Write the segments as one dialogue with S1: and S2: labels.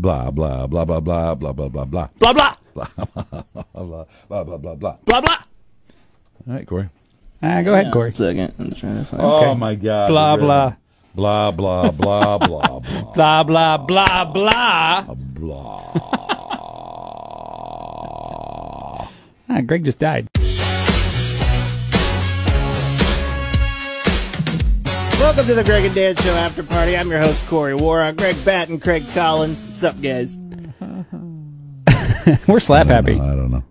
S1: Blah, blah, blah, blah, blah, blah, blah, blah, blah.
S2: Blah, blah.
S1: Blah, blah, blah, blah, blah, blah, blah.
S2: Blah, blah.
S1: All right, Corey.
S3: Ah, go ahead, Corey.
S4: One second. I'm trying to find
S1: Oh, my God.
S3: Blah,
S1: the
S3: blah.
S1: rhythm. Blah, blah, blah, blah, blah,
S3: Blah blah blah blah.
S1: blah.
S3: Ah, Greg just died.
S4: Welcome to the Greg and Dan Show After Party. I'm your host, Corey Warren, Greg Batten, Craig Collins. What's up, guys?
S3: We're slap happy.
S1: I don't know.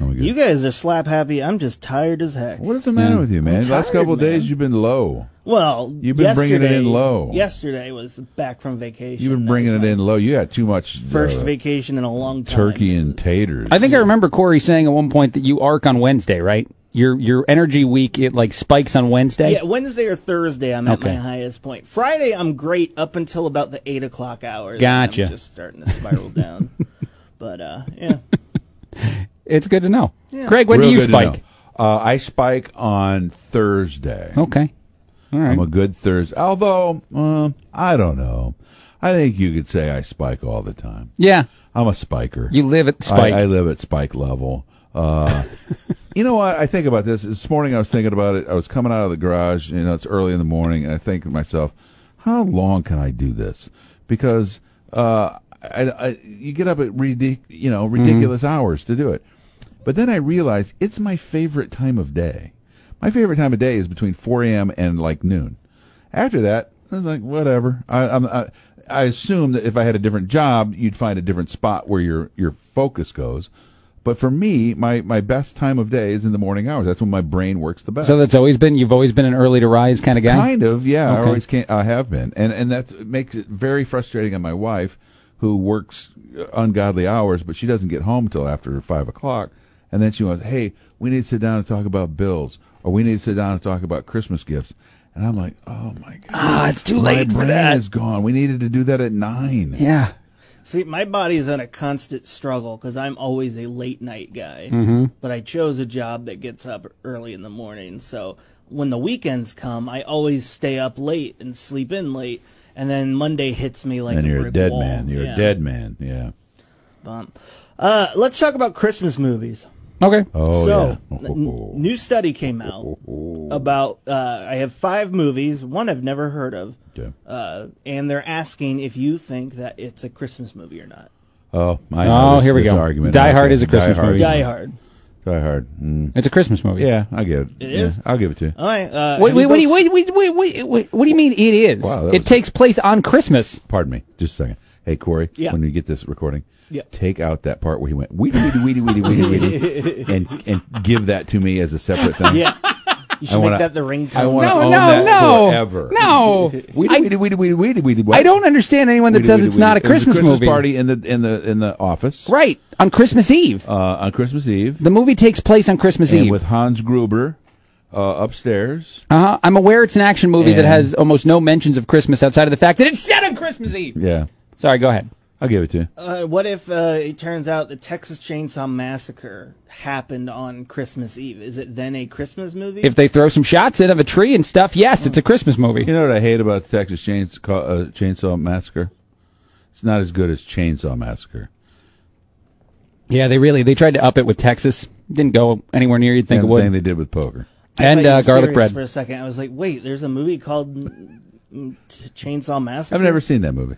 S1: Oh, my God.
S4: You guys are slap happy. I'm just tired as heck.
S1: What is the matter with you, man?
S4: I'm
S1: Last
S4: tired,
S1: couple of
S4: man.
S1: days, you've been low.
S4: Well,
S1: You've been bringing it in
S4: yesterday-
S1: low.
S4: Yesterday was back from vacation.
S1: You've been
S4: That
S1: bringing
S4: was
S1: it
S4: my
S1: in low. You got too much uh,
S4: First vacation in a long time.
S1: turkey and taters.
S3: I think I remember Corey saying at one point that you arc on Wednesday, right? Your your energy week it like spikes on Wednesday.
S4: Yeah, Wednesday or Thursday, I'm at
S3: Okay.
S4: my highest point. Friday, I'm great up until about the eight o'clock hour. Then
S3: Gotcha.
S4: I'm just starting to spiral down. But uh, yeah,
S3: It's good to know. Craig, when
S1: Real
S3: do you
S1: good to know.
S3: spike?
S1: Uh, I spike on Thursday.
S3: Okay. All right.
S1: I'm a good Thursday. Although, uh, I don't know. I think you could say I spike all the time.
S3: yeah.
S1: I'm a spiker.
S3: You live at spike.
S1: I, I live at spike level. Uh, you know what? I think about this. This morning I was thinking about it. I was coming out of the garage. You know, it's early in the morning, and I think to myself, how long can I do this? Because uh, I, I, you get up at ridic- you know ridiculous hours to do it. But then I realized it's my favorite time of day. My favorite time of day is between 4 a.m. and like noon. After that, I was like, whatever. I, I'm, I, I assume that if I had a different job, you'd find a different spot where your, your focus goes. But for me, my, my best time of day is in the morning hours. That's when my brain works the best.
S3: so that's always been you've always been an early to rise kind of guy.
S1: Kind of, yeah. I
S3: Okay.
S1: always can't. I have been, and and that makes it very frustrating on my wife, who works ungodly hours, but she doesn't get home till after five o'clock, and then she goes, "Hey, we need to sit down and talk about bills, or we need to sit down and talk about Christmas gifts." And I'm like, "Oh my god,
S3: Ah, it's too
S1: my
S3: late for
S1: brain
S3: that.
S1: is gone. We needed to do that at nine.
S3: Yeah.
S4: see, my body's in a constant struggle because I'm always a late night guy.
S1: Mm-hmm.
S4: But I chose a job that gets up early in the morning, so when the weekends come, I always stay up late and sleep in late. And then Monday hits me like
S1: and
S4: a
S1: you're a
S4: brick
S1: dead
S4: wall.
S1: man. You're
S4: Yeah.
S1: a dead man. Yeah.
S4: Um, uh, let's talk about Christmas movies.
S3: Okay.
S1: Oh
S4: so,
S1: yeah. Oh.
S4: n- new study came out about. Uh, I have five movies, one I've never heard of,
S1: Yeah.
S4: uh, and they're asking if you think that it's a Christmas movie or not.
S1: Oh, I
S3: Oh,
S1: know this-
S3: here we
S1: this
S3: go.
S1: Argument.
S3: Die Hard is a Christmas movie.
S4: Die Hard.
S1: Die Hard. Mm.
S3: It's a Christmas movie.
S1: Yeah, I get it.
S4: It
S1: Yeah,
S4: is?
S1: I'll give it to you.
S4: All right. Uh,
S3: Wait,
S4: have
S3: wait,
S4: you
S3: what do you, wait,
S4: both-
S3: wait, wait, wait, wait, what do you mean it is?
S1: Wow, that
S3: it
S1: was-
S3: takes place on Christmas.
S1: Pardon me, just a second. Hey Corey,
S4: Yeah.
S1: when we get this recording,
S4: Yeah.
S1: take out that part where he went weedy weedy weedy weedy weedy, and and give that to me as a separate thing.
S4: Yeah. You should
S1: wanna-
S4: make that the ringtone.
S1: I wanna-
S3: No,
S1: own
S3: no,
S1: that
S3: no.
S1: forever.
S3: No.
S1: Weedy
S3: I,
S1: weedy weedy weedy weedy weedy.
S3: I don't understand anyone that says it's not a Christmas,
S1: Christmas
S3: movie.
S1: party in the in the in the office
S3: Right. On Christmas Eve.
S1: uh, on Christmas Eve,
S3: The movie takes place on Christmas
S1: and
S3: Eve.
S1: with Hans Gruber uh, upstairs.
S3: uh-huh. I'm aware it's an action movie that
S1: And-
S3: has almost no mentions of Christmas outside of the fact that it's set on Christmas Eve.
S1: Yeah,
S3: Sorry, go ahead.
S1: I'll give it to you.
S4: Uh, what if uh, it turns out the Texas Chainsaw Massacre happened on Christmas Eve? Is it then a Christmas movie?
S3: If they throw some shots in of a tree and stuff, yes, it's a Christmas movie.
S1: You know what I hate about the Texas Chainsaw, uh, Chainsaw Massacre? It's not as good as Chainsaw Massacre.
S3: Yeah, they really they tried to up it with Texas. Didn't go anywhere near you'd think it
S1: Same thing
S3: would.
S1: they did with poker.
S4: I
S3: and,
S4: thought you
S3: uh,
S4: were
S3: garlic
S4: serious
S3: bread.
S4: For a second, I was like, "Wait, there's a movie called mm, mm, T- Chainsaw Massacre."
S1: I've never seen that movie.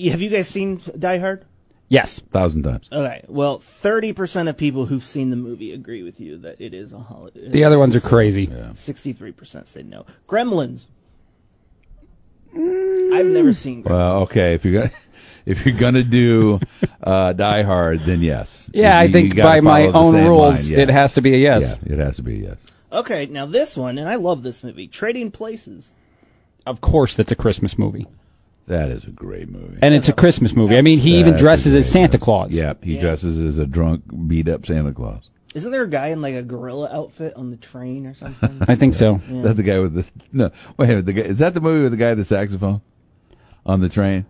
S4: Y- Have you guys seen Die Hard?
S3: Yes.
S1: thousand times.
S4: Okay. Well, thirty percent of people who've seen the movie agree with you that it is a holiday.
S3: The other ones are crazy.
S4: sixty-three percent said no. Gremlins. I've never seen. Gremlins.
S1: Well, okay, if you're gonna if you're gonna do uh, Die Hard, then yes.
S3: Yeah,
S1: You-
S3: I
S1: you
S3: think
S1: gotta
S3: by
S1: follow
S3: my
S1: the
S3: own
S1: same
S3: rules,
S1: line, yeah.
S3: it has to be a yes.
S1: Yeah, it has to be a yes.
S4: Okay, now this one, and I love this movie, Trading Places.
S3: Of course, that's a Christmas movie,
S1: That is a great movie.
S3: and it's a Christmas movie. I mean, he even
S1: That's a
S3: dresses
S1: great
S3: as Santa
S1: movie.
S3: Claus.
S1: Yeah, he
S4: Yeah.
S1: dresses as a drunk, beat up Santa Claus.
S4: Isn't there a guy in like a gorilla outfit on the train or something?
S3: I think so.
S1: Is that the guy with the no? Wait, a minute, the guy, is that the movie with the guy with the saxophone on the train?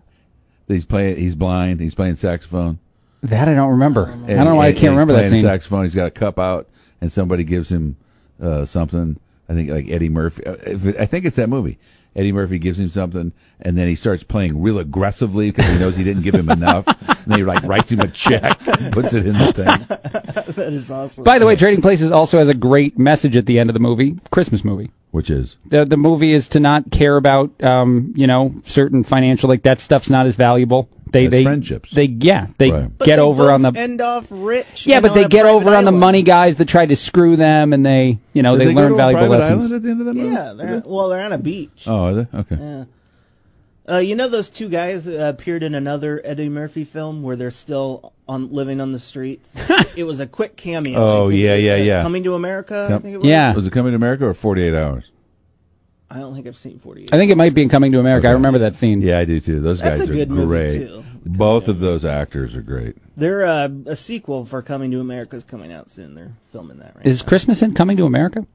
S1: He's playing. He's blind. He's playing saxophone.
S3: That I don't remember. I
S1: And-
S3: don't know why I
S1: and-
S3: can't
S1: and
S3: remember
S1: he's
S3: that
S1: playing
S3: scene.
S1: Saxophone. He's got a cup out, and somebody gives him uh, something. I think like Eddie Murphy. Uh, if it- I think it's that movie. Eddie Murphy gives him something, and then he starts playing real aggressively because he knows he didn't give him enough. and he like writes him a check, puts it in the thing.
S4: that is awesome.
S3: By the way, Trading Places also has a great message at the end of the movie, Christmas movie.
S1: Which is
S3: The the movie is to not care about um, you know certain financial like that stuff's not as valuable. They
S1: That's
S3: they
S1: friendships.
S3: they yeah they
S1: Right.
S4: But
S3: get
S4: they
S3: over
S4: both
S3: on the
S4: end off rich.
S3: yeah
S4: and
S3: but
S4: on
S3: they
S4: a
S3: get
S4: private
S3: over on the
S4: island.
S3: money guys that tried to screw them and they you know
S1: Did
S3: they,
S1: go to
S3: learn
S1: a
S3: valuable
S1: private
S3: lessons.
S1: Island at the end of that movie.
S4: Yeah, they're, well, they're on a beach.
S1: Oh, are they? Okay.
S4: Uh, you know those two guys uh, appeared in another Eddie Murphy film where they're still on living on the streets. it was a quick cameo. I
S1: Oh,
S4: think
S1: yeah,
S4: it was,
S1: yeah,
S4: uh,
S1: yeah.
S4: Coming to America. I
S1: Yep.
S4: think it was.
S3: Yeah,
S1: Was it coming to America or 48 hours?
S4: I don't think I've seen Forty Eight.
S3: I think it might be in Coming to America. I remember that scene.
S1: Yeah, I do too. Those
S4: That's
S1: guys
S4: a good
S1: are
S4: movie,
S1: great.
S4: too.
S1: Both of those actors are great.
S4: They're uh, a sequel for Coming to America is coming out soon. They're filming that right.
S3: Is Christmas in Coming to America?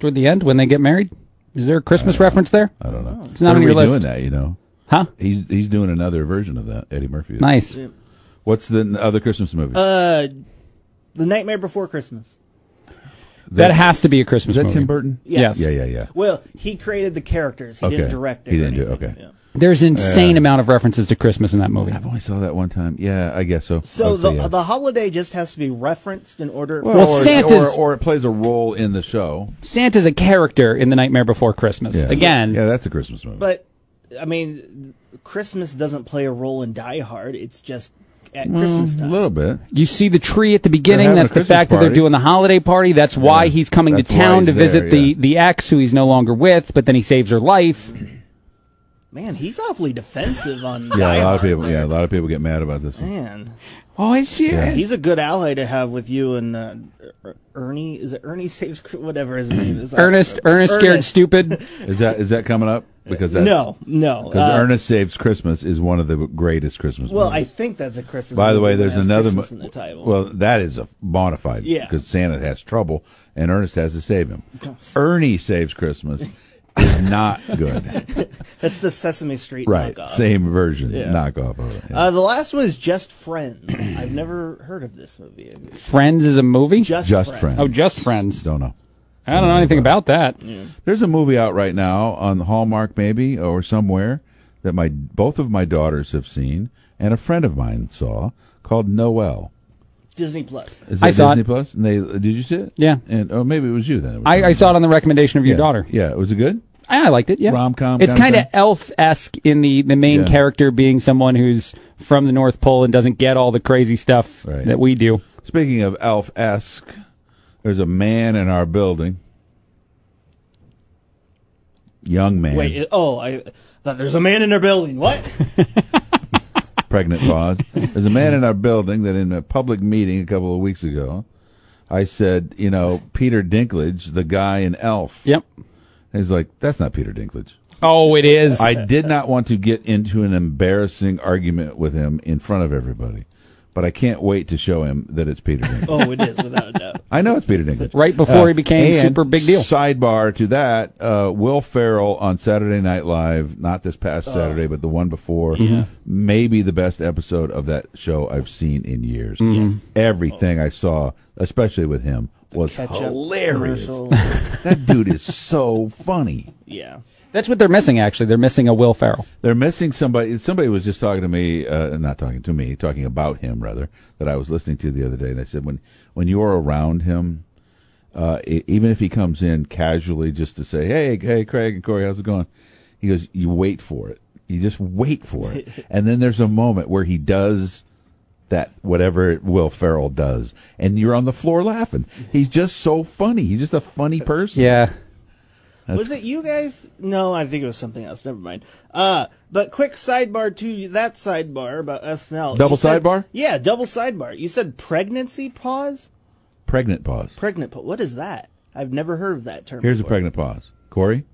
S3: Toward the end when they get married, is there a Christmas reference there?
S1: I don't know.
S3: It's not
S1: What
S3: on
S1: are we
S3: your list.
S1: doing that, you know.
S3: Huh?
S1: He's he's doing another version of that. Eddie Murphy. is.
S3: Nice.
S4: Yeah.
S1: What's the n- other Christmas movie?
S4: now. uh, The Nightmare Before Christmas.
S1: Is
S3: That has to be a
S1: Is
S3: Christmas
S1: that
S3: movie.
S1: Tim Burton?
S3: Yes.
S1: Yeah, yeah, yeah. Oh,
S4: Well, he created the characters. He
S1: Okay.
S4: didn't direct it.
S1: He
S4: or
S1: didn't do-
S4: anything.
S1: okay.
S4: Yeah.
S3: There's insane amount of references to Christmas in that movie.
S1: I've only saw that one time. Yeah, I guess so. I
S4: So
S1: would
S4: the
S1: say yes.
S4: the holiday just has to be referenced in order.
S1: Well,
S4: for
S3: Well,
S1: or,
S3: Santa's-
S1: or, or it plays a role in the show.
S3: Santa's a character in The Nightmare Before Christmas.
S1: Yeah.
S3: Again,
S1: yeah, that's a Christmas movie.
S4: But I mean, Christmas doesn't play a role in Die Hard. It's just at Christmas
S1: a
S4: time.
S1: little bit.
S3: you see the tree at the
S1: They're
S3: beginning.
S1: having
S3: That's
S1: a
S3: the
S1: Christmas
S3: fact that they're
S1: party.
S3: doing the holiday party. That's why
S1: Yeah.
S3: he's coming
S1: That's
S3: to
S1: why
S3: town to
S1: he's there,
S3: visit the
S1: yeah.
S3: the ex who he's no longer with, but then he saves her life.
S4: Man, he's awfully defensive on.
S1: Yeah,
S4: Die
S1: a lot of
S4: Hard.
S1: people. Yeah, a lot of people get mad about this one.
S4: Man,
S3: Oh, I see.
S1: Yeah.
S4: he's a good ally to have with you and uh, Er- Ernie. Is it Ernie saves Cr- whatever his name is?
S3: Ernest, Ernest, scared stupid.
S1: Is that is that coming up? Because that's,
S4: No, no.
S1: Because
S4: uh,
S1: Ernest Saves Christmas is one of the greatest Christmas
S4: Well, I
S1: movies.
S4: think that's a Christmas.
S1: By the way,
S4: movie that
S1: there's
S4: has
S1: another.
S4: Christmas
S1: mo-
S4: in the title.
S1: Well, that is a bona fide.
S4: Yeah.
S1: Because Santa has trouble and Ernest has to save him. Ernie Saves Christmas is not good.
S4: that's the Sesame Street
S1: right.
S4: knockoff.
S1: Same version.
S4: Yeah.
S1: Knockoff of it. Yeah.
S4: Uh, the last one is Just Friends. I've never heard of this movie.
S3: Friends is a movie.
S4: Just,
S1: Just
S4: Friends.
S1: Friends.
S3: oh, just friends.
S1: Don't know.
S3: I don't know anything about that.
S1: There's a movie out right now on Hallmark, maybe or somewhere, that my both of my daughters have seen and a friend of mine saw called Noel.
S4: Disney Plus.
S1: Is
S3: I
S1: that
S3: saw
S1: Disney
S3: it.
S1: Plus? And they did you see it?
S3: Yeah.
S1: And oh, maybe it was you then.
S3: I, I saw it on the recommendation of your
S1: yeah.
S3: daughter.
S1: Yeah, was it good?
S3: I, I liked it. Yeah,
S1: Rom-com
S3: It's
S1: kinda
S3: kind of
S1: thing?
S3: elf esque in the the main
S1: Yeah.
S3: character being someone who's from the North Pole and doesn't get all the crazy stuff
S1: Right.
S3: that we do.
S1: Speaking of elf esque, there's a man in our building. Young man,
S4: Wait, it- oh, I thought there's a man in our building. What?
S1: pregnant pause. There's a man in our building that in a public meeting a couple of weeks ago, I said, you know, Peter Dinklage, the guy in Elf.
S3: Yep.
S1: And he's like, that's not Peter Dinklage.
S3: Oh, it is.
S1: I did not want to get into an embarrassing argument with him in front of everybody, but I can't wait to show him that it's Peter Dinklage.
S4: oh, it is without a doubt.
S1: I know it's Peter Dinklage.
S3: Right before he became
S1: Uh, and
S3: super big deal.
S1: Sidebar to that, uh, Will Ferrell on Saturday Night Live, not this
S4: Uh.
S1: past Saturday, but the one before, maybe the best episode of that show I've seen in years.
S4: Mm-hmm.
S1: Everything I saw, especially with him, was
S4: Oh. Ketchup
S1: hilarious.
S4: commercial.
S1: That dude is so funny.
S4: yeah.
S3: That's what they're missing. Actually, they're missing a Will Ferrell.
S1: They're missing somebody. Somebody was just talking to me, uh, not talking to me, talking about him rather, that I was listening to the other day. And they said when when you are around him, uh, e- even if he comes in casually just to say, "Hey, hey, Craig and Corey, how's it going?" He goes, "You wait for it. You just wait for it." and then there's a moment where he does that whatever Will Ferrell does, and you're on the floor laughing. He's just so funny. He's just a funny person.
S3: Yeah.
S4: was it you guys? No, I think it was something else. Never mind. Uh, but quick sidebar to that sidebar about SNL.
S1: Double
S4: You said-
S1: sidebar?
S4: Yeah, double sidebar. You said pregnancy pause?
S1: Pregnant pause.
S4: Pregnant pause. What is that? I've never heard of that term.
S1: Here's a pregnant pause. Corey?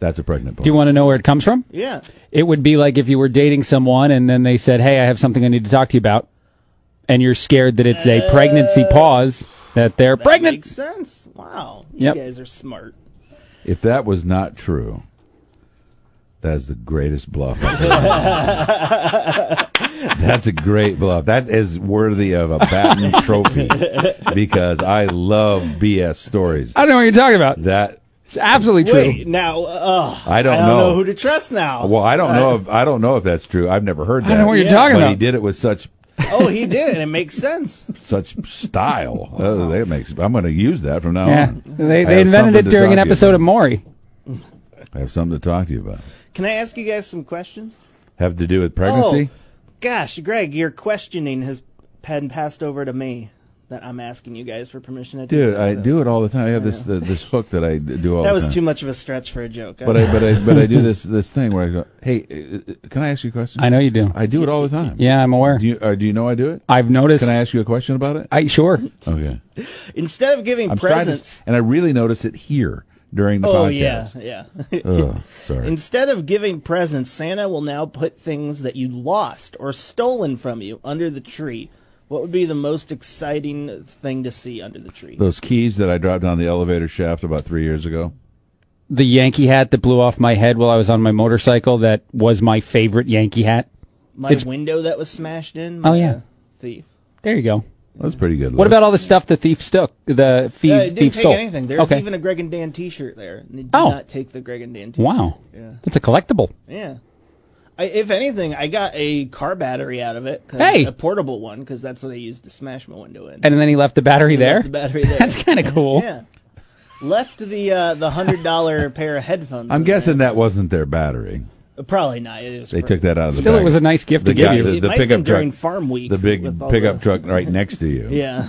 S1: That's a pregnant pause.
S3: Do you want to know where it comes from?
S4: yeah.
S3: It would be like if you were dating someone and then they said, "Hey, I have something I need to talk to you about," and you're scared that it's a pregnancy pause that they're
S4: That
S3: pregnant.
S4: Makes sense. Wow.
S3: Yep.
S4: You guys are smart.
S1: if that was not true, that is the greatest bluff I've ever seen. That's a great bluff. That is worthy of a Batten trophy because I love BS stories.
S3: I don't know what you're talking about.
S1: That
S3: It's absolutely true.
S4: Wait, now, uh,
S1: I don't know.
S4: who to trust now.
S1: Well, I don't know if I don't know if that's true. I've never heard that.
S3: I don't know what you're
S4: Yeah.
S3: talking
S1: but
S3: about.
S1: he did it with such
S4: oh, he did, and it makes sense.
S1: such style. Oh, that makes. I'm going to use that from now
S3: Yeah,
S1: on. I
S3: they,
S1: have
S3: they invented
S1: something
S3: it
S1: to
S3: during an
S1: talk to you
S3: episode of
S1: about.
S3: Maury.
S1: I have something to talk to you about.
S4: Can I ask you guys some questions?
S1: Have to do with pregnancy.
S4: Oh, gosh, Greg, your questioning has been passed over to me. That I'm asking you guys for permission to do.
S1: Dude, I do it all the time. I have this the, this hook that I do all
S4: That
S1: the
S4: was
S1: time.
S4: too much of a stretch for a joke.
S1: But I but I but I do this this thing where I go, hey, uh, uh, can I ask you a question?
S3: I know you do.
S1: I do it all the time.
S3: Yeah, I'm aware.
S1: Do you uh, do you know I do it?
S3: I've noticed.
S1: Can I ask you a question about it?
S3: I sure.
S1: Okay.
S4: Instead of giving
S1: I'm trying to-
S4: presents,
S1: and I really notice it here during the
S4: oh yeah,
S1: podcast.
S4: yeah.
S1: Ugh, sorry.
S4: Instead of giving presents, Santa will now put things that you lost or stolen from you under the tree. What would be the most exciting thing to see under the tree?
S1: Those keys that I dropped down the elevator shaft about three years ago.
S3: The Yankee hat that blew off my head while I was on my motorcycle that was my favorite Yankee hat.
S4: My
S3: It's-
S4: window that was smashed in.
S3: Oh,
S4: my,
S3: yeah.
S4: uh, thief.
S3: There you go.
S1: That's pretty good.
S3: What about all the stuff the thief took? The thief,
S4: Yeah, it didn't
S3: thief
S4: take
S3: stole.
S4: anything. There's
S3: okay.
S4: even a Greg and Dan T-shirt there. And they did
S3: Oh.
S4: not take the Greg and Dan T-shirt.
S3: wow.
S4: Yeah.
S3: That's a collectible.
S4: Yeah. I, if anything, I got a car battery out of it. 'cause-
S3: Hey!
S4: A portable one because that's what I used to smash my window in.
S3: And then he left the battery
S4: Left
S3: there.
S4: the battery there.
S3: That's kind of cool.
S4: Yeah. Left the uh, the hundred dollar pair of headphones.
S1: I'm
S4: in there.
S1: guessing that wasn't their battery.
S4: Probably not. It was
S1: They took that out of the.
S3: Still, it
S1: bag.
S3: was a nice gift
S1: The
S3: to give
S1: guy-
S3: you.
S1: The,
S4: It
S1: the
S4: might have
S1: pickup
S4: been
S1: truck
S4: during farm week
S1: The big
S4: with all
S1: pickup
S4: the-
S1: truck right next to you.
S4: Yeah.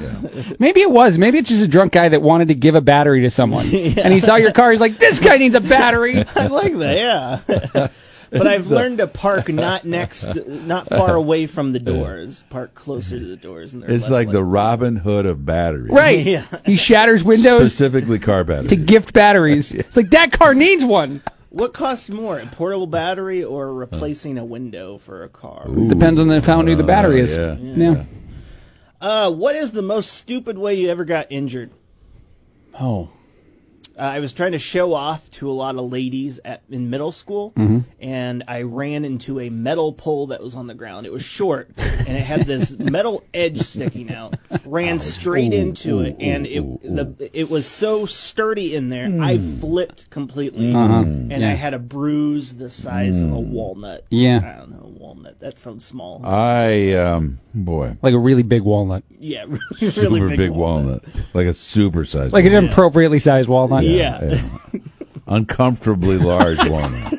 S3: Maybe it was. Maybe it's just a drunk guy that wanted to give a battery to someone. And he saw your car. He's like, this guy needs a battery.
S4: I like that. Yeah. but I've learned to park not next, not far away from the doors. Park closer to the doors, and they're
S1: It's
S4: less
S1: like the
S4: likely-
S1: Robin Hood of batteries.
S3: right.
S4: Yeah.
S3: He shatters windows
S1: Specifically car batteries.
S3: to gift batteries. It's like, that car needs one.
S4: What costs more, a portable battery or replacing a window for a car?
S3: Depends on the, how new the battery
S1: Uh,
S3: is.
S1: yeah.
S3: yeah.
S4: Uh, what is the most stupid way you ever got injured?
S3: Oh.
S4: Uh, I was trying to show off to a lot of ladies at in middle school, and I ran into a metal pole that was on the ground. It was short, and it had this metal edge sticking out. Ran straight
S1: Ooh,
S4: into
S1: ooh,
S4: it, and it
S1: ooh, ooh,
S4: the it was so sturdy in there. I flipped completely, and I
S3: Yeah.
S4: had a bruise the size of a walnut.
S3: Yeah.
S4: I don't know walnut. That sounds small.
S1: Uh, I um boy.
S3: Like a really big walnut.
S4: yeah,
S1: Super
S4: really big, walnut.
S1: Like a super size.
S3: Like an appropriately sized walnut.
S4: Yeah.
S1: Uncomfortably large walnut.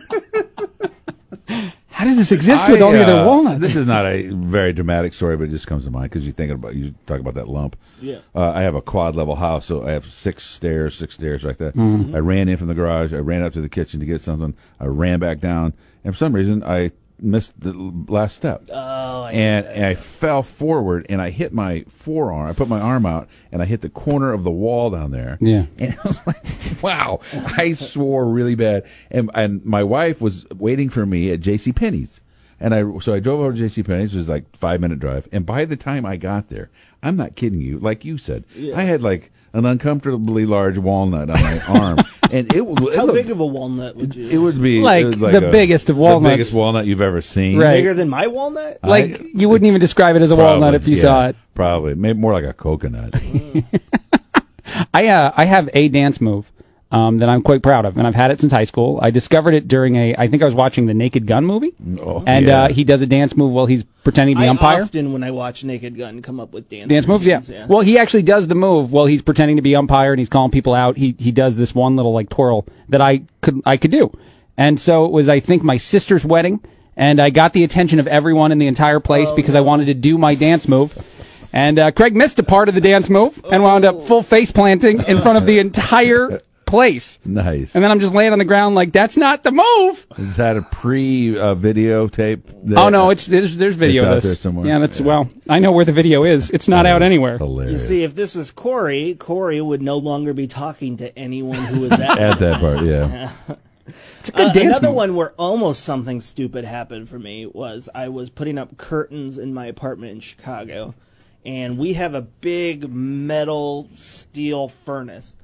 S3: How does this exist with
S1: I,
S3: only the
S1: uh,
S3: walnut?
S1: This is not a very dramatic story, but it just comes to mind because you think about you talk about that lump.
S4: Yeah.
S1: Uh, I have a quad level house, so I have six stairs, six stairs like that.
S3: Mm-hmm.
S1: I ran in from the garage. I ran up to the kitchen to get something. I ran back down, and for some reason, I missed the l- last step.
S4: Oh, I-
S1: and, and I fell forward and I hit my forearm. I put my arm out and I hit the corner of the wall down there.
S3: Yeah.
S1: And I was like, wow, I swore really bad. And, and my wife was waiting for me at J.C. Penney's. And I, so I drove over to J.C. Penney's, which was like five minute drive. And by the time I got there, I'm not kidding you. Like you said, I had like an uncomfortably large walnut on my arm. And it, w- it
S4: how
S1: looked-
S4: big of a walnut would you?
S1: it would be
S3: Like
S1: it was
S3: the biggest of walnuts.
S1: The biggest walnut you've ever seen.
S3: Right.
S4: bigger than my walnut?
S3: like, you wouldn't even describe it as a walnut
S1: Probably,
S3: if you
S1: yeah,
S3: saw it.
S1: Probably, maybe more like a coconut.
S3: I uh, I have a dance move um, that I'm quite proud of, and I've had it since high school. I discovered it during a I think I was watching the Naked Gun movie,
S1: Oh,
S3: and
S1: yeah. uh,
S3: uh, he does a dance move while he's pretending to be
S4: I
S3: umpire.
S4: often, when I watch Naked Gun, come up with dance
S3: Dance moves, yeah.
S4: routines,
S3: Well, he actually does the move while he's pretending to be umpire and he's calling people out. He he does this one little like twirl that I could I could do, and so it was I think my sister's wedding, and I got the attention of everyone in the entire place
S1: Oh,
S3: because I wanted to do my dance move. And uh, Craig missed a part of the dance move and wound up
S1: Oh.
S3: full face planting in front of the entire place.
S1: nice.
S3: And then I'm just laying on the ground like that's not the move.
S1: Is that a pre uh, videotape? that-
S3: Oh no, it's there's, there's video
S1: It's out
S3: of this.
S1: there somewhere.
S3: Yeah, that's
S1: Yeah.
S3: well, I know where the video is. It's not out anywhere.
S4: You
S1: hilarious.
S4: see, if this was Corey, Corey would no longer be talking to anyone who was at.
S1: Add that part, yeah.
S3: It's a good
S4: Uh,
S3: dance
S4: another
S3: move.
S4: one where almost something stupid happened for me was I was putting up curtains in my apartment in Chicago, and we have a big metal steel furnace,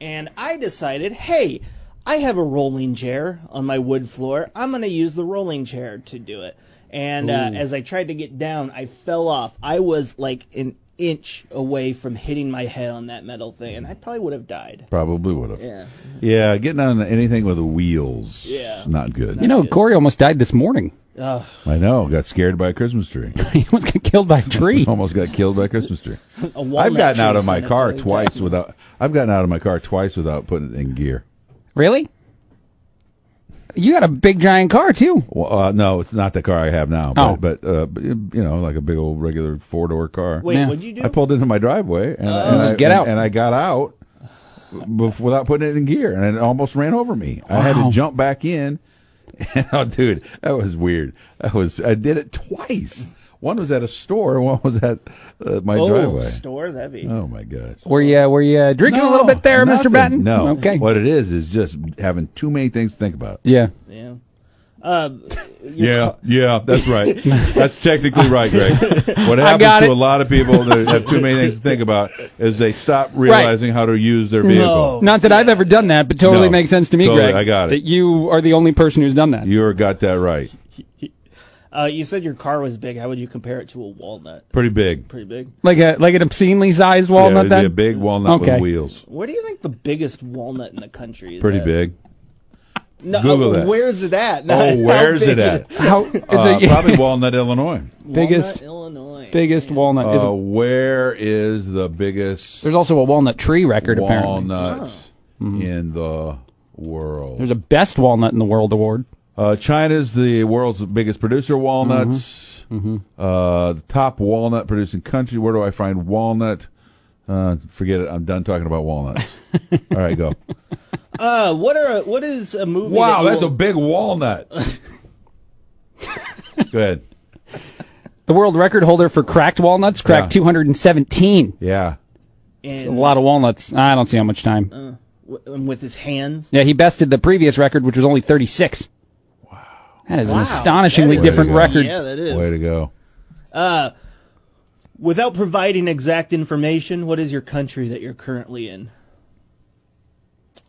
S4: and I decided, hey, I have a rolling chair on my wood floor. I'm gonna use the rolling chair to do it. And uh, as I tried to get down, I fell off. I was like an inch away from hitting my head on that metal thing, and I probably would have died.
S1: Probably would have.
S4: Yeah.
S1: Yeah, getting on anything with the wheels.
S4: Yeah.
S1: Not good.
S3: You know, Corey almost died this morning.
S4: Ugh,
S1: I know. Got scared by a Christmas tree.
S3: he almost got killed by a tree.
S1: Almost got killed by a Christmas tree.
S4: a walnut
S1: I've gotten
S4: tree
S1: out of my
S4: sent it
S1: car
S4: to the
S1: twice
S4: top.
S1: without. I've gotten out of my car twice without putting it in gear.
S3: Really? You got a big giant car too.
S1: Well, uh, no, it's not the car I have now. But,
S3: Oh.
S1: but uh, but, you know, like a big old regular four door car.
S4: Wait,
S3: Yeah.
S4: what'd you do?
S1: I pulled into my driveway and, I, and
S3: Oh. Just
S1: I-
S3: get
S1: and-
S3: out.
S1: and I got out bef- without putting it in gear, and it almost ran over me. I had
S3: Wow.
S1: to jump back in. oh, dude, that was weird. That was I did it twice. One was at a store, and one was at uh, my
S4: oh,
S1: driveway.
S4: store that'd be.
S1: Oh my gosh.
S3: Were you were you uh, drinking a little
S1: No,
S3: bit there,
S1: nothing.
S3: Mr. Batten?
S1: No.
S3: Okay.
S1: What it is is just having too many things to think about.
S3: Yeah.
S4: Yeah. Um,
S1: Yeah, yeah, that's right. That's technically right, Greg. What
S3: got
S1: happens
S3: it.
S1: to a lot of people that have too many things to think about is they stop realizing how to use their vehicle.
S4: No.
S3: Not that I've ever done that, but totally
S1: No.
S3: makes sense to me,
S1: Totally,
S3: Greg.
S1: I got it.
S3: That you are the only person who's done that.
S1: You got that right.
S4: uh, you said your car was big. How would you compare it to a walnut?
S1: Pretty big.
S4: Pretty big.
S3: like a like an obscenely sized
S1: Yeah,
S3: walnut.
S1: it'd be
S3: then
S1: a big walnut
S3: Okay.
S1: with wheels.
S4: Where do you think the biggest walnut in the country is?
S1: Pretty
S4: at?
S1: big.
S4: No,
S1: Google
S4: uh,
S1: that.
S4: Where's it at? Not
S1: Oh,
S4: how
S1: where's
S4: big
S1: it at?
S3: How is
S1: Uh,
S3: it,
S1: probably Walnut, Illinois.
S3: biggest
S4: Walnut, Illinois.
S3: biggest walnut? is
S1: Uh,
S3: it,
S1: where is the biggest
S3: there's also a walnut tree record. apparently, Oh.
S1: walnut in the world?
S3: there's a best walnut in the world award.
S1: Uh, China's the world's biggest producer of walnuts.
S3: Mm-hmm.
S1: Uh, the top walnut producing country. Where do I find walnut? Uh, forget it. I'm done talking about walnuts. All right, go.
S4: Uh, what are what is a movie?
S1: Wow,
S4: that you
S1: that's a
S4: will-
S1: big walnut. go ahead.
S3: The world record holder for cracked walnuts cracked
S1: Yeah.
S3: 217.
S1: Yeah.
S3: A
S4: and,
S3: lot of walnuts. I don't see how much time.
S4: Uh. w- and with his hands.
S3: yeah, he bested the previous record, which was only 36. Wow, that is an
S4: Wow,
S3: astonishingly
S4: that is-
S3: different
S1: Way to go.
S3: record.
S4: Yeah, that is.
S1: Way to go.
S4: Without providing exact information, what is your country that you're currently in?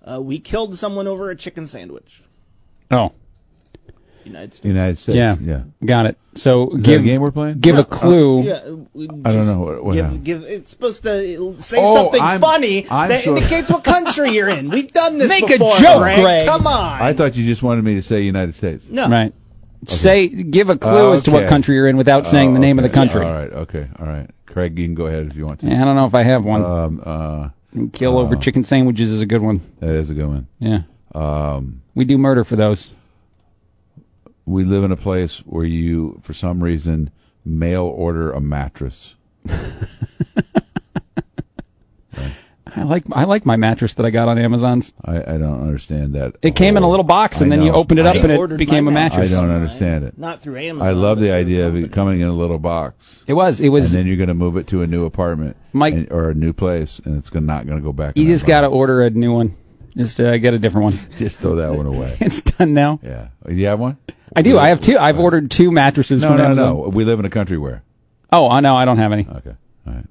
S4: Uh, we killed someone over a chicken sandwich.
S3: Oh,
S4: United States.
S1: United States.
S3: yeah,
S1: Yeah.
S3: got it. So
S1: Is that
S3: give
S1: a game Uh, we're playing?
S3: give a clue.
S4: Yeah, we just
S1: I don't know what- what
S4: give,
S1: happened.
S4: give, it's supposed to say
S1: Oh,
S4: something
S1: I'm-
S4: funny
S1: I'm
S4: that
S1: so-
S4: indicates what country you're in. We've done this
S3: Make a
S4: before.
S3: joke,
S4: Greg.
S3: Greg.
S4: Come on.
S1: I thought you just wanted me to say United States.
S4: no.
S3: Right. Say give a clue as to what
S1: Okay. Oh,
S3: country you're in without saying the name of the
S1: Okay.
S3: country.
S1: All right. Okay. All right. Craig, you can go ahead if you want to.
S3: Yeah, I don't know if I have one.
S1: Um, uh,
S3: Kill over chicken sandwiches is a good one.
S1: that is a good one.
S3: Yeah. Um, we do murder for those.
S1: we live in a place where you, for some reason, mail order a mattress.
S3: I like I like my mattress that I got on Amazon's.
S1: I, I don't understand that.
S3: It came in a
S1: whole-
S3: little box and
S1: I
S3: then you
S1: know.
S3: opened it
S1: I
S3: up and
S1: don't-
S3: it
S4: ordered
S3: became a
S4: my
S1: I
S3: mattress.
S1: don't understand it.
S4: Not through Amazon.
S1: I love
S4: but
S1: the
S4: through
S1: idea of
S4: company.
S1: it coming in a little box,
S3: It was it
S1: and
S3: was
S1: then you're going to move it to a new apartment,
S3: Mike-
S1: and- or a new place, and it's gonna, not going to go back.
S3: you
S1: in that
S3: just got to
S1: box.
S3: order a new one. Just uh, get a different one.
S1: just throw that one away.
S3: it's done now.
S1: Yeah, Oh, you have one?
S3: I do. I have two. I've ordered two mattresses
S1: No,
S3: from
S1: no,
S3: Amazon.
S1: no. We live in a country where.
S3: Oh, I know. I don't have any.
S1: Okay, all right.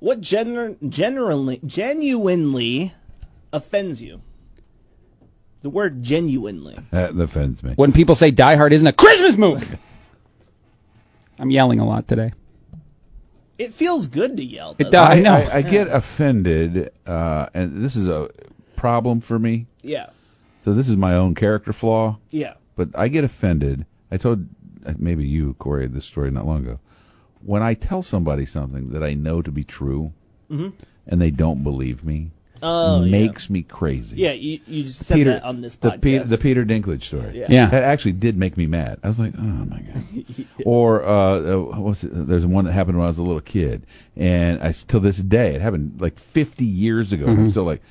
S4: What gener- generally, genuinely offends you? The word genuinely.
S1: That offends me.
S3: When people say Die Hard isn't a Christmas movie, I'm yelling a lot today.
S4: It feels good to yell.
S3: It
S4: doesn't
S3: does. I
S1: I,
S3: know.
S1: I, I get offended, uh, and this is a problem for me.
S4: Yeah.
S1: So this is my own character flaw.
S4: Yeah.
S1: But I get offended. I told uh, maybe you, Corey, this story not long ago. When I tell somebody something that I know to be true, and they don't believe me,
S4: Mm-hmm. Oh, yeah.
S1: makes me crazy.
S4: Yeah, you, you just said that on this
S1: the,
S4: podcast.
S1: Pe- the Peter Dinklage story.
S4: Yeah.
S3: Yeah.
S1: that actually did make me mad. I was like, oh my god. Or uh, uh, what's it? there's one that happened when I was a little kid, and I s- till this day it happened like 50 years ago. and I'm still like,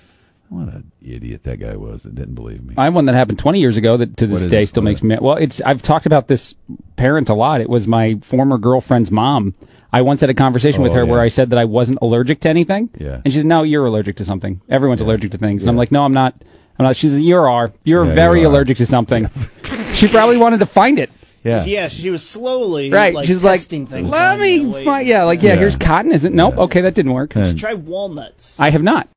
S1: what an idiot that guy was that didn't believe me.
S3: I have one that happened 20 years ago that to this
S1: is
S3: day
S1: it?
S3: still
S1: What
S3: makes
S1: is
S3: me mad. Well, it's I've talked about this parent a lot. It was my former girlfriend's mom. I once had a conversation with
S1: Oh,
S3: her where
S1: yeah.
S3: I said that I wasn't allergic to anything.
S1: Yeah.
S3: And she said, "No, you're allergic to something. Everyone's allergic to things." And I'm
S1: Yeah.
S3: like, "No, I'm not. I'm not." She said, "You are. You're
S1: Yeah,
S3: very
S1: you are.
S3: allergic to something." she probably wanted to find it.
S1: yeah,
S4: yeah, she was slowly
S3: Right.
S4: like
S3: She's
S4: testing
S3: like,
S4: things.
S3: "Let
S4: on you,
S3: me
S4: waiting.
S3: find." Yeah. Like, yeah,
S1: Yeah.
S3: Here's cotton. Is it? Nope. Okay, that didn't work.
S4: try walnuts.
S3: I have not.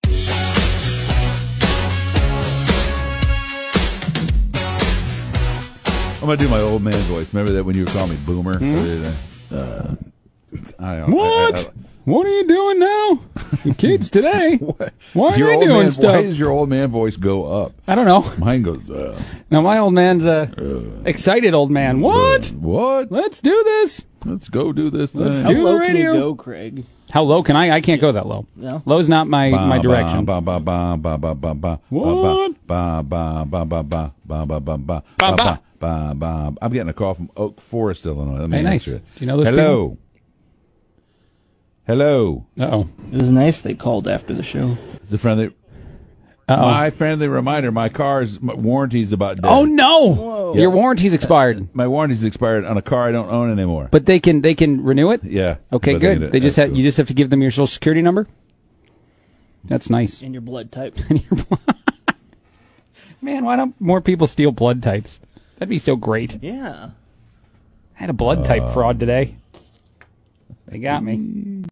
S1: I'm gonna do my old man voice. Remember that when you would call me boomer? Uh, I don't, I- I-
S3: What?
S1: I-
S3: What are you doing now? The kids today. Why are
S1: your
S3: they
S1: old
S3: doing
S1: man, Why
S3: stuff?
S1: does your old man voice go up?
S3: I don't know.
S1: Mine goes. Uh,
S3: Now my old man's a excited old man. What?
S1: what?
S3: Let's do this.
S1: Let's go do this thing.
S4: How
S3: do the
S4: low can you
S3: radio.
S4: go, Craig?
S3: How low can I? I can't go that low.
S4: No.
S3: Low's not my my direction.
S1: Ba ba ba ba ba ba ba
S3: What?
S1: ba ba ba ba ba ba ba ba ba ba
S3: Ba, ba.
S1: ba ba ba. I'm getting a call from Oak Forest, Illinois. Let me
S3: Hey, nice.
S1: answer it.
S3: Do you know those
S1: Hello. Hello.
S3: Uh-oh.
S4: It was nice they called after the show.
S1: It's a friendly.
S3: Uh-oh.
S1: My friendly reminder: my car's my warranty's about dead.
S3: oh no. Your warranty's expired.
S1: My warranty's expired on a car I don't own anymore.
S3: But they can they can renew it?
S1: yeah.
S3: Okay,
S1: but
S3: good.
S1: did it.
S3: They just
S1: That's
S3: have
S1: cool.
S3: you just have to give them your social security number. That's nice.
S4: And your blood type.
S3: Man, why don't more people steal blood types? That'd be so great.
S4: yeah.
S3: I had a blood type fraud today. They got me.